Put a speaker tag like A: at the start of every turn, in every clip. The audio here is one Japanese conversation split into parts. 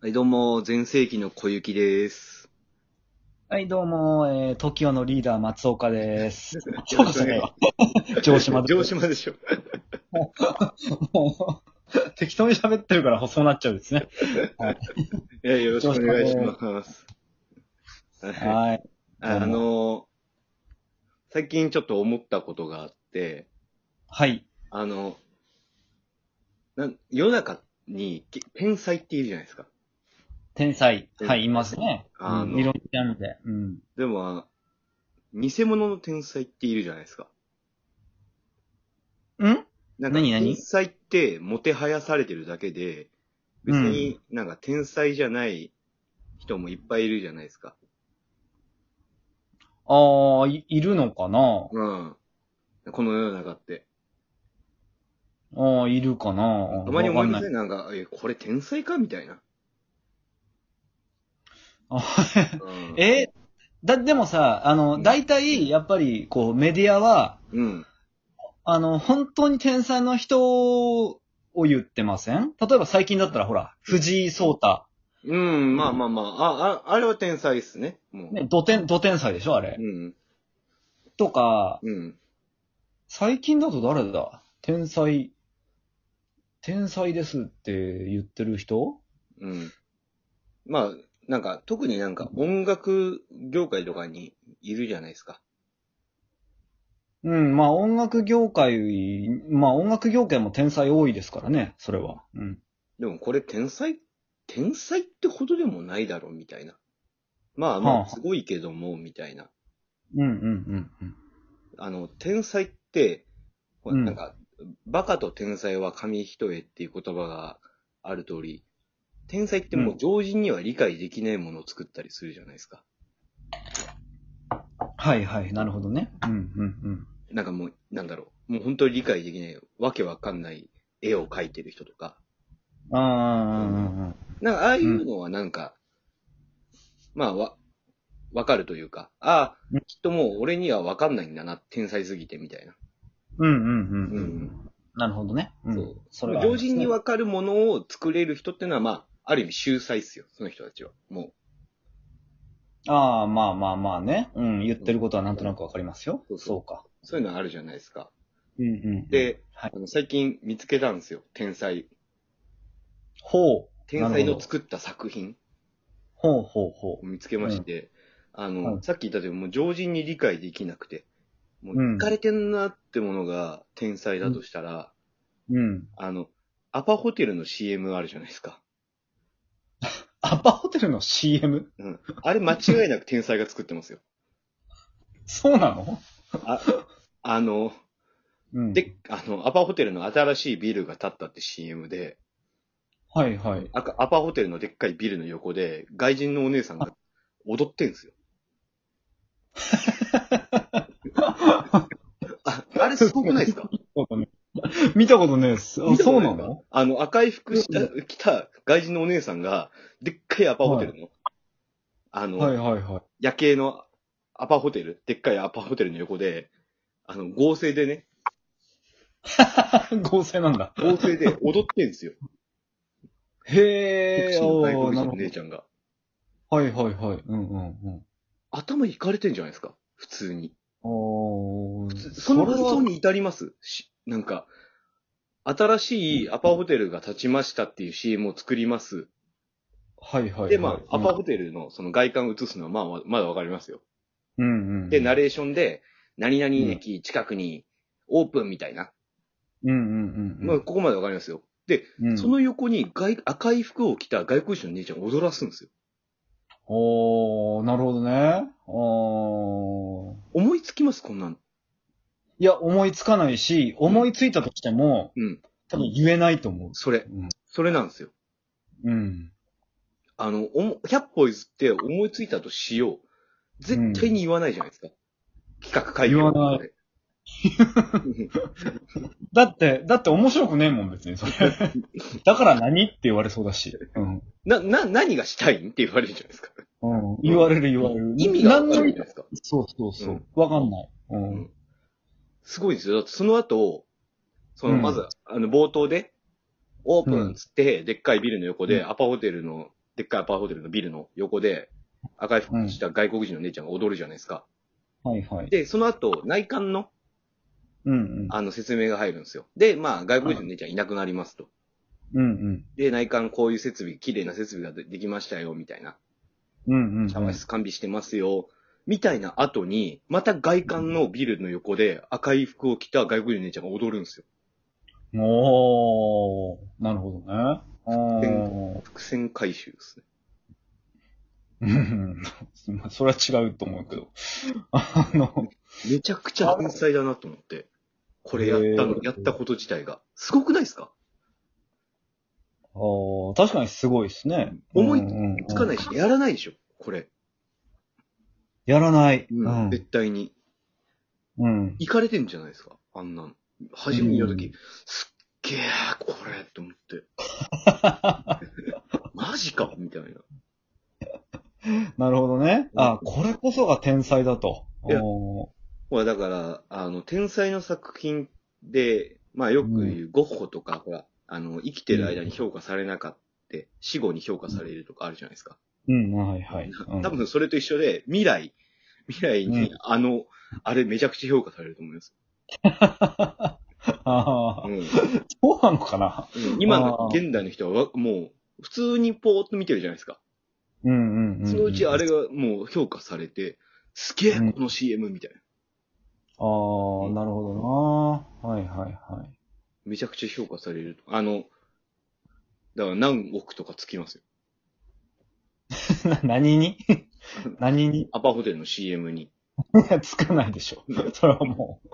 A: はい、どうも、全盛期の小雪です。
B: はい、どうも、えー、TOKIO のリーダー、松岡 です。松
A: よろ
B: 岡
A: し
B: じ
A: く
B: ゃ
A: お
B: な
A: 願い
B: い
A: し
B: わ。城島です。
A: 城島でしょ。
B: もう適当に喋ってるからそうなっちゃうですね。
A: いや、よろしくお願いします。はい
B: はい。
A: あの、最近ちょっと思ったことがあって、
B: はい。
A: あの、なん世の中にけ天才っているじゃないですか。
B: 天才。
A: 天才
B: はい、いますね。
A: あの
B: うんいろんなジャンルで。うん。
A: でも、あ偽物の天才っているじゃないですか。
B: ん
A: なんか
B: 何々
A: 天才ってもてはやされてるだけで、別になんか天才じゃない人もいっぱいいるじゃないですか。
B: ああ、いいるのかな
A: うん。この世の中って。
B: ああ、いるかな
A: たまに思いま
B: わか
A: せ
B: ん
A: んなんか、え、これ天才かみたいな。
B: ない
A: うん、
B: えだ、でもさ、あ
A: う
B: の、
A: ん
B: 大体、やっぱり、こう、メディアは、
A: うん。
B: あの、本当に天才の人を言ってません例えば最近だったらほら、藤井聡太。
A: うん、まあまあまあ。あ、あ、あれは天才っすね。もう。
B: ね、土天、土天才でしょあれ
A: う。ん。
B: とか、
A: うん。
B: 最近だと誰だ天才、天才ですって言ってる人
A: うん。まあ、なんか、特になんか音楽業界とかにいるじゃないですか。
B: うん、まあ音楽業界、まあ音楽業界も天才多いですからね、それは。うん。
A: でもこれ天才天才ってほどでもないだろ、みたいな。まあま
B: は
A: あ、
B: あ
A: すごいけども、みたいな。
B: うんうんうんうん。
A: あの、天才って、こう
B: うん
A: なんか、バカと天才は紙一重っていう言葉がある通り、天才ってもう常人には理解できないものを作ったりするじゃないですか。
B: はいはい、なるほどね。うんうん
A: なんかもう、なんだろう。もう本当に理解できない、わけわかんない絵を描いてる人とか。
B: うん。ああ、うんうんうん。
A: なんか、ああいうのはなんか、まあ、わ、わかるというか、あ
B: う
A: あ、きっともう俺にはわかんないんだな、天才すぎてみたいな。
B: うんうんう
A: う
B: ん。うんん、なるほどね。うん、
A: そう
B: それはあり
A: 常
B: ますね
A: 人にわかるものを作れる人ってのは、まあ、ある意味秀才っすよ、その人たちは。もう。
B: ああ、まあまあまあね。うん、言ってることはなんとなくわかりますよ。
A: そうそう
B: そうか。
A: そういうのあるじゃないですか。
B: うんうん。、
A: で、
B: はい
A: あの最近見つけたんですよ。天才。
B: ほう。
A: 天才
B: なるほ
A: の
B: ど
A: 作った作品
B: ほうほうほ
A: を見つけまして、あの、
B: はい
A: さっき言ったように、もう常人に理解できなくて、もう、
B: うん
A: いかれてんなってものが天才だとしたら、
B: う。うん。
A: あの、アパホテルの CM あるじゃないですか。
B: アパホテルの CM?
A: うん。あれ間違いなく天才が作ってますよ。
B: そうなの
A: あ、あの、
B: うん。
A: で、あの、アパホテルの新しいビルが建ったって CM で、
B: はいはい。
A: あアパホテルのでっかいビルの横で、外人のお姉さんが踊ってんすよ。ああれすごくないですか
B: 見たことねえです。あ、そうなの
A: あの、赤い服した着た外人のお姉さんが、でっかいアパホテルの、あの、
B: はいはいはい。
A: 夜景のアパホテル、でっかいアパホテルの横で、あの、合成でね、
B: 合成なんだ。
A: 合成で踊ってんす よ。セク
B: へ
A: シー
B: ー
A: な
B: お
A: 外国人
B: ーなる
A: の
B: ほど
A: 姉ちゃんが。
B: はいはいはい。うんうんうん。
A: 頭いかれてんじゃないですか普通に。
B: おー
A: その発想に至りますし、なんか、新しいアパホテルが建ちましたっていう CM を作ります。
B: はいはいはい。
A: で、まあ、アパホ
B: テ
A: テルのその外観を映すのは、まあ、まだわかりますよ。
B: ル。うんうん。
A: で、ナレーションで、何々駅近くにオープンみたいな。
B: うんうんうん。
A: まあ、ここまでわかりますよ。で、
B: うん
A: その横に外赤い服を着た外国人の姉ちゃんを踊らすんですよ。
B: おー、なるほどね。おー。
A: 思いつきますこんなの。
B: いや、思いつかないし、思いついたとしても、
A: うん。
B: 多分言えないと思う。
A: それ。
B: うん。
A: それなんですよ。
B: うん。
A: あの、おも100歩譲って思いついたとしよう。絶対に言わないじゃないですか。企画会議の中で。
B: だって、だって面白くねえもん、別に、それ。だから何って言われそうだし。うん。
A: な、な、何がしたいんって言われるじゃないですか。
B: うん。言われる言われる。
A: 意味がわ
B: 何
A: か
B: の
A: る
B: 意
A: じゃないですか。。
B: そうそうそううんわかんない。う
A: うん
B: ん。
A: すごいんですよ。だってその後、その、
B: うん
A: まず、あの、冒頭で、オープ
B: う
A: ン
B: ん
A: っつって、でっかいビルの横で、
B: う
A: アパホテルの、ででっかいアパホテルのビルの横で、赤い服した外国人の姉ちゃんが踊るじゃないですか。
B: はいはい。
A: で、その後、内観の、
B: うんうん。
A: あの、説明が入るんですよ。で、まあ、外国人の姉ちゃんいなくなりますと。
B: うんうん。
A: で、内観こういう設備、綺麗な設備がでできましたよ、みたいな。
B: うんうんうん。
A: シャワー室完備してますよ、みたいな後に、また外観のビルの横で赤い服を着た外国人の姉ちゃんが踊るんですよ。
B: おー、なるほどね。お
A: 伏線回収ですね。
B: ー。 それは違うと思うけど。 あの、
A: めちゃくちゃ天才だなと思って。これやったの
B: へ、ー
A: やったこと自体が。すごくないですか
B: おー確かにすごいですね。
A: 思いつ
B: つ。
A: かないいし、やらないでしょ、これ。
B: やらない。
A: う
B: うんん。
A: 絶対に。
B: うん。
A: 行かれてんじゃないですか、あんなの。初めて見たとき、すっげえ、これと思って。マジかみたいな。
B: なるほどね。あ、これこそが天才だと。
A: いや
B: おー
A: ほら、だから、あの、天才の作品で、まあよく言うゴッホとか、ほら、あの、生きてる間に評価されなかった、死後に評価されるとかあるじゃないですか。
B: うん、はいはい。うん
A: 多分それと一緒で、未来、未来に
B: う
A: あの、あれめちゃくちゃ評価されると思います。
B: あ
A: う
B: ー
A: ん、うん
B: そうなのかな
A: 今
B: あ
A: の
B: ー
A: 現代の人はわ、もう、普通にぽーっと見てるじゃないですか。
B: うんうんうん。
A: そのうちあれがもう評価されて、すげえ、
B: うん
A: この CM みたいな。
B: あー、なるほどな。はいはいはい。
A: めちゃくちゃ評価されると。あの、だから何億とかつきますよ
B: な 何 に何に
A: アパホテルの CM に。
B: いやつかないでしょ。それはもう。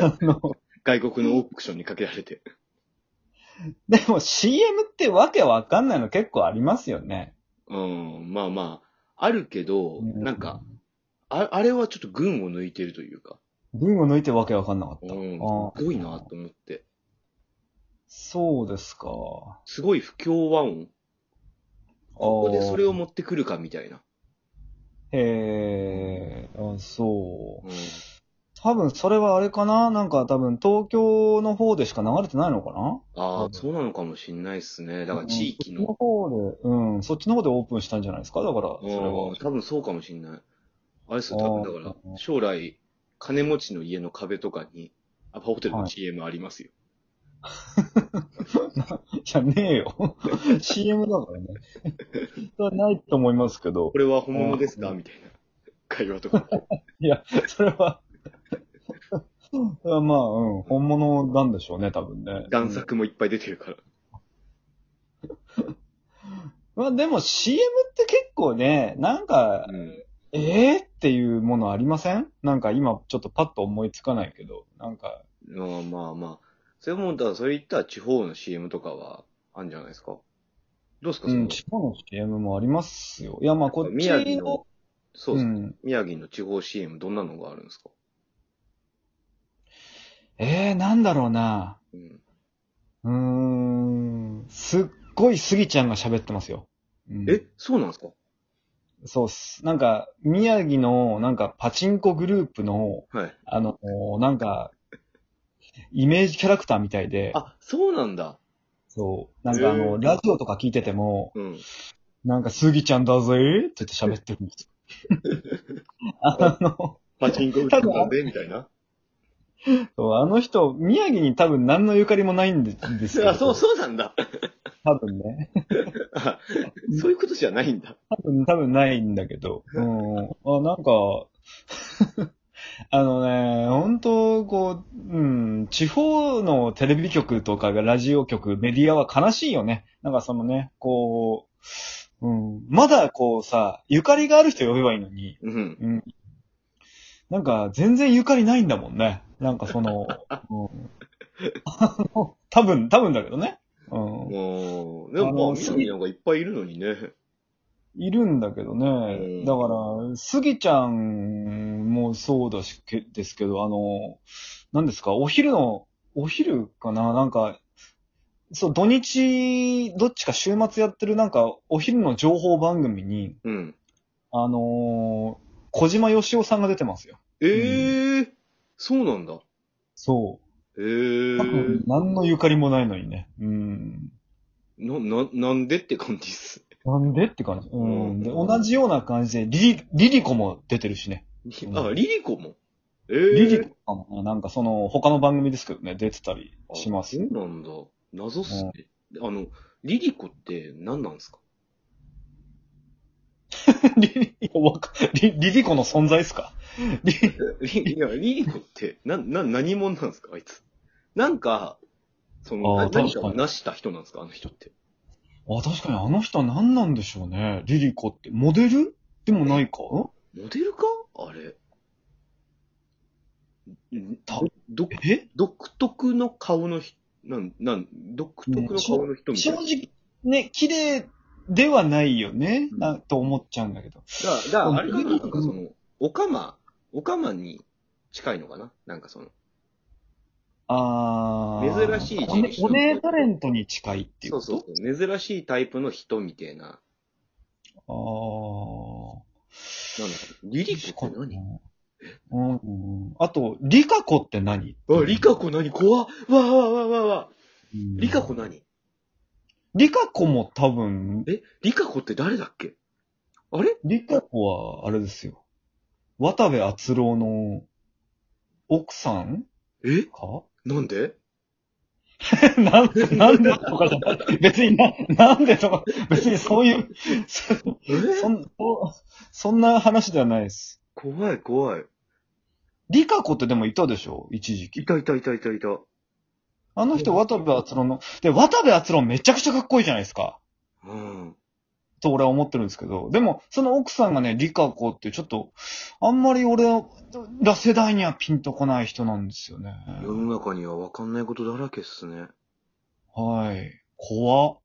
B: あの、
A: 外国のオークションにかけられて。
B: でも CM ってわけわかんないの結構ありますよね。
A: うん、まあまあ、あるけど、
B: うん
A: なんか、ああれはちょっと群を抜いてるというか、
B: 群を抜いてわけわかんなかった。
A: うん、
B: あー
A: すごいなと思って。
B: そうですか。
A: すごい不協和音。ここでそれ
B: を。
A: を持ってくるかみたいな。
B: へーあ、そう。
A: うん、
B: 多分それはあれかななんか多分東京の方でしか流れてないのかな
A: あ
B: う
A: あ、
B: ん
A: そうなのかもしんないっすね。だから地域
B: うん
A: の。
B: そっちの方で、うん、そっちの方でオープンしたんじゃないですかだから、そ
A: うん、
B: れは
A: 多。分そうかもしんない。あれっすよ、多分だか
B: あ
A: ら、
B: ー
A: 将来、金持ちの家の壁とかに、アパホテルの
B: はい
A: CM ありますよ。
B: いや、ねえよ。CM だからね。 それはないと思いますけど
A: こ。れは本物ですか
B: うん
A: みたいな会話と か。
B: いや、それは。 まあ、うん、本物なんでしょうね、多分ね。
A: 贋作もいっぱい出てるから。
B: うん。まあでも CM って結構ね、なんか、
A: うん。
B: ええっていうものありませんなんか今ちょっとパッと思いつかないけど、なんか、
A: まあまあまあ。それも、だからそれ言ったら地方の CM とかはあるんじゃないですか。どうですか、
B: う
A: そ
B: ん、
A: の
B: 地方の CM もありますよ。いや、まあこっち
A: 宮城の、そう
B: う
A: ですね、
B: ん。
A: 宮城の地方 CM どんなのがあるんですか
B: ええなんだろうな。
A: うん。
B: うーん、すっごいスギちゃんが喋ってますよ。うん
A: え、そうなんですか
B: そうっす。なんか、宮城の、なんか、パチンコグループの、
A: はい。
B: あの、なんか、イメージキャラクターみたいで、
A: あ、そうなんだ。
B: そう。なんかあ
A: へ
B: の、
A: ー
B: ラジオとか聞いてても、
A: うん。
B: なんか、スギちゃんだぜーって言って喋ってるんです よ。あの、
A: パチンコ打ったんでみたいな。
B: そうあの人、宮城に多分何のゆかりもないんでです よ。
A: あ、そう、そうなんだ。
B: 多分ね。
A: あそういうことじゃないんだ。
B: 多分、多分ないんだけ ど。うん。あ、なんか、 あのね、本当こう、うん、地方のテレビ局とかがラジオ局、メディアは悲しいよね。なんかそのね、こう、うん、まだこうさ、ゆかりがある人呼べばいいのに、
A: うん。
B: うん。なんか全然ゆかりないんだもんね。なん かその、うん、あの多分、多分だけどね。うん。
A: もう、でもまあ、
B: あの
A: 宮城なんかいっぱいいるのにね。
B: いるんだけど
A: うん
B: ね。だから、スギちゃんもそうだし、けですけど、あの、何ですか、お昼の、お昼かななんか、そう、土日、どっちか週末やってるなんか、お昼の情報番組に、
A: うん。
B: あのー小島よしおさんが出てますよ。
A: ええー、そうなんだ。
B: そ
A: ええ
B: う。多
A: ー。
B: 分何のゆかりもないのにね。うん。
A: なな、な、なんでって感じっす。
B: なんでって感じ。うん。で、
A: うん
B: 同じような感じで、リリ、リリコも出てるしね。
A: り
B: うん
A: あ、リリコもええ
B: リリコとかもね、なんかその、他の番組ですけどね、出てたりしま
A: あ
B: す
A: そ。うなんだ。謎っすね。あの、リリコって何なんですか
B: リリコわか、リ、リリコの存在ですかリ
A: リいや、リリコって、な、な、何者なんですかあいつ。なんか、その、
B: あ
A: な
B: ー
A: 何か
B: 確か
A: を
B: に
A: 成した人なんですかあの人って。
B: あ、確かにあの人は何なんでしょうね。リリコって。モデルでもないかん
A: モデルかあれ。ん
B: た
A: ど、
B: え
A: 独特の顔の人、なん、なん、独特の顔の人みた
B: 正
A: いな。
B: 直、ね、綺麗ではないよね、
A: うん
B: な、と思っちゃうんだけど。
A: だだからあれかな
B: うん
A: なんかその、オカマ、オカマに近いのかななんかその、
B: あー。
A: 珍しい
B: おね
A: 人
B: お姉タレントに近いっていう
A: そ
B: こ
A: う
B: と
A: そうそう、珍しいタイプの人みたいな。なんだろうリ
B: あー。
A: リコって何
B: うんうん。あと、リカコって何
A: あ、リカコ何怖っわあわあわあわあわあ
B: うん
A: リカコ何
B: リカコも多分、
A: え、リカコって誰だっけあれ
B: リカコは、あれですよ。渡部篤郎の奥さん
A: え
B: か
A: なんで
B: なんで、なんでとかじゃない。別にな、なんでとか、別にそういう、そ
A: え
B: そんそそんな話ではないです。
A: 怖い怖い。
B: リカコってでもいたでしょ一時
A: い
B: 期。
A: たいたいたいたいた。
B: あの人、渡部篤郎の、で、渡部篤郎めちゃくちゃかっこいいじゃないですか。
A: うん。
B: と俺は思ってるんですけど、でも、その奥さんがね、リカ子ってちょっと、あんまり俺ら世代にはピンとこない人なんですよね。
A: 世の中にはわかんないことだらけっすね。
B: はい。怖っ。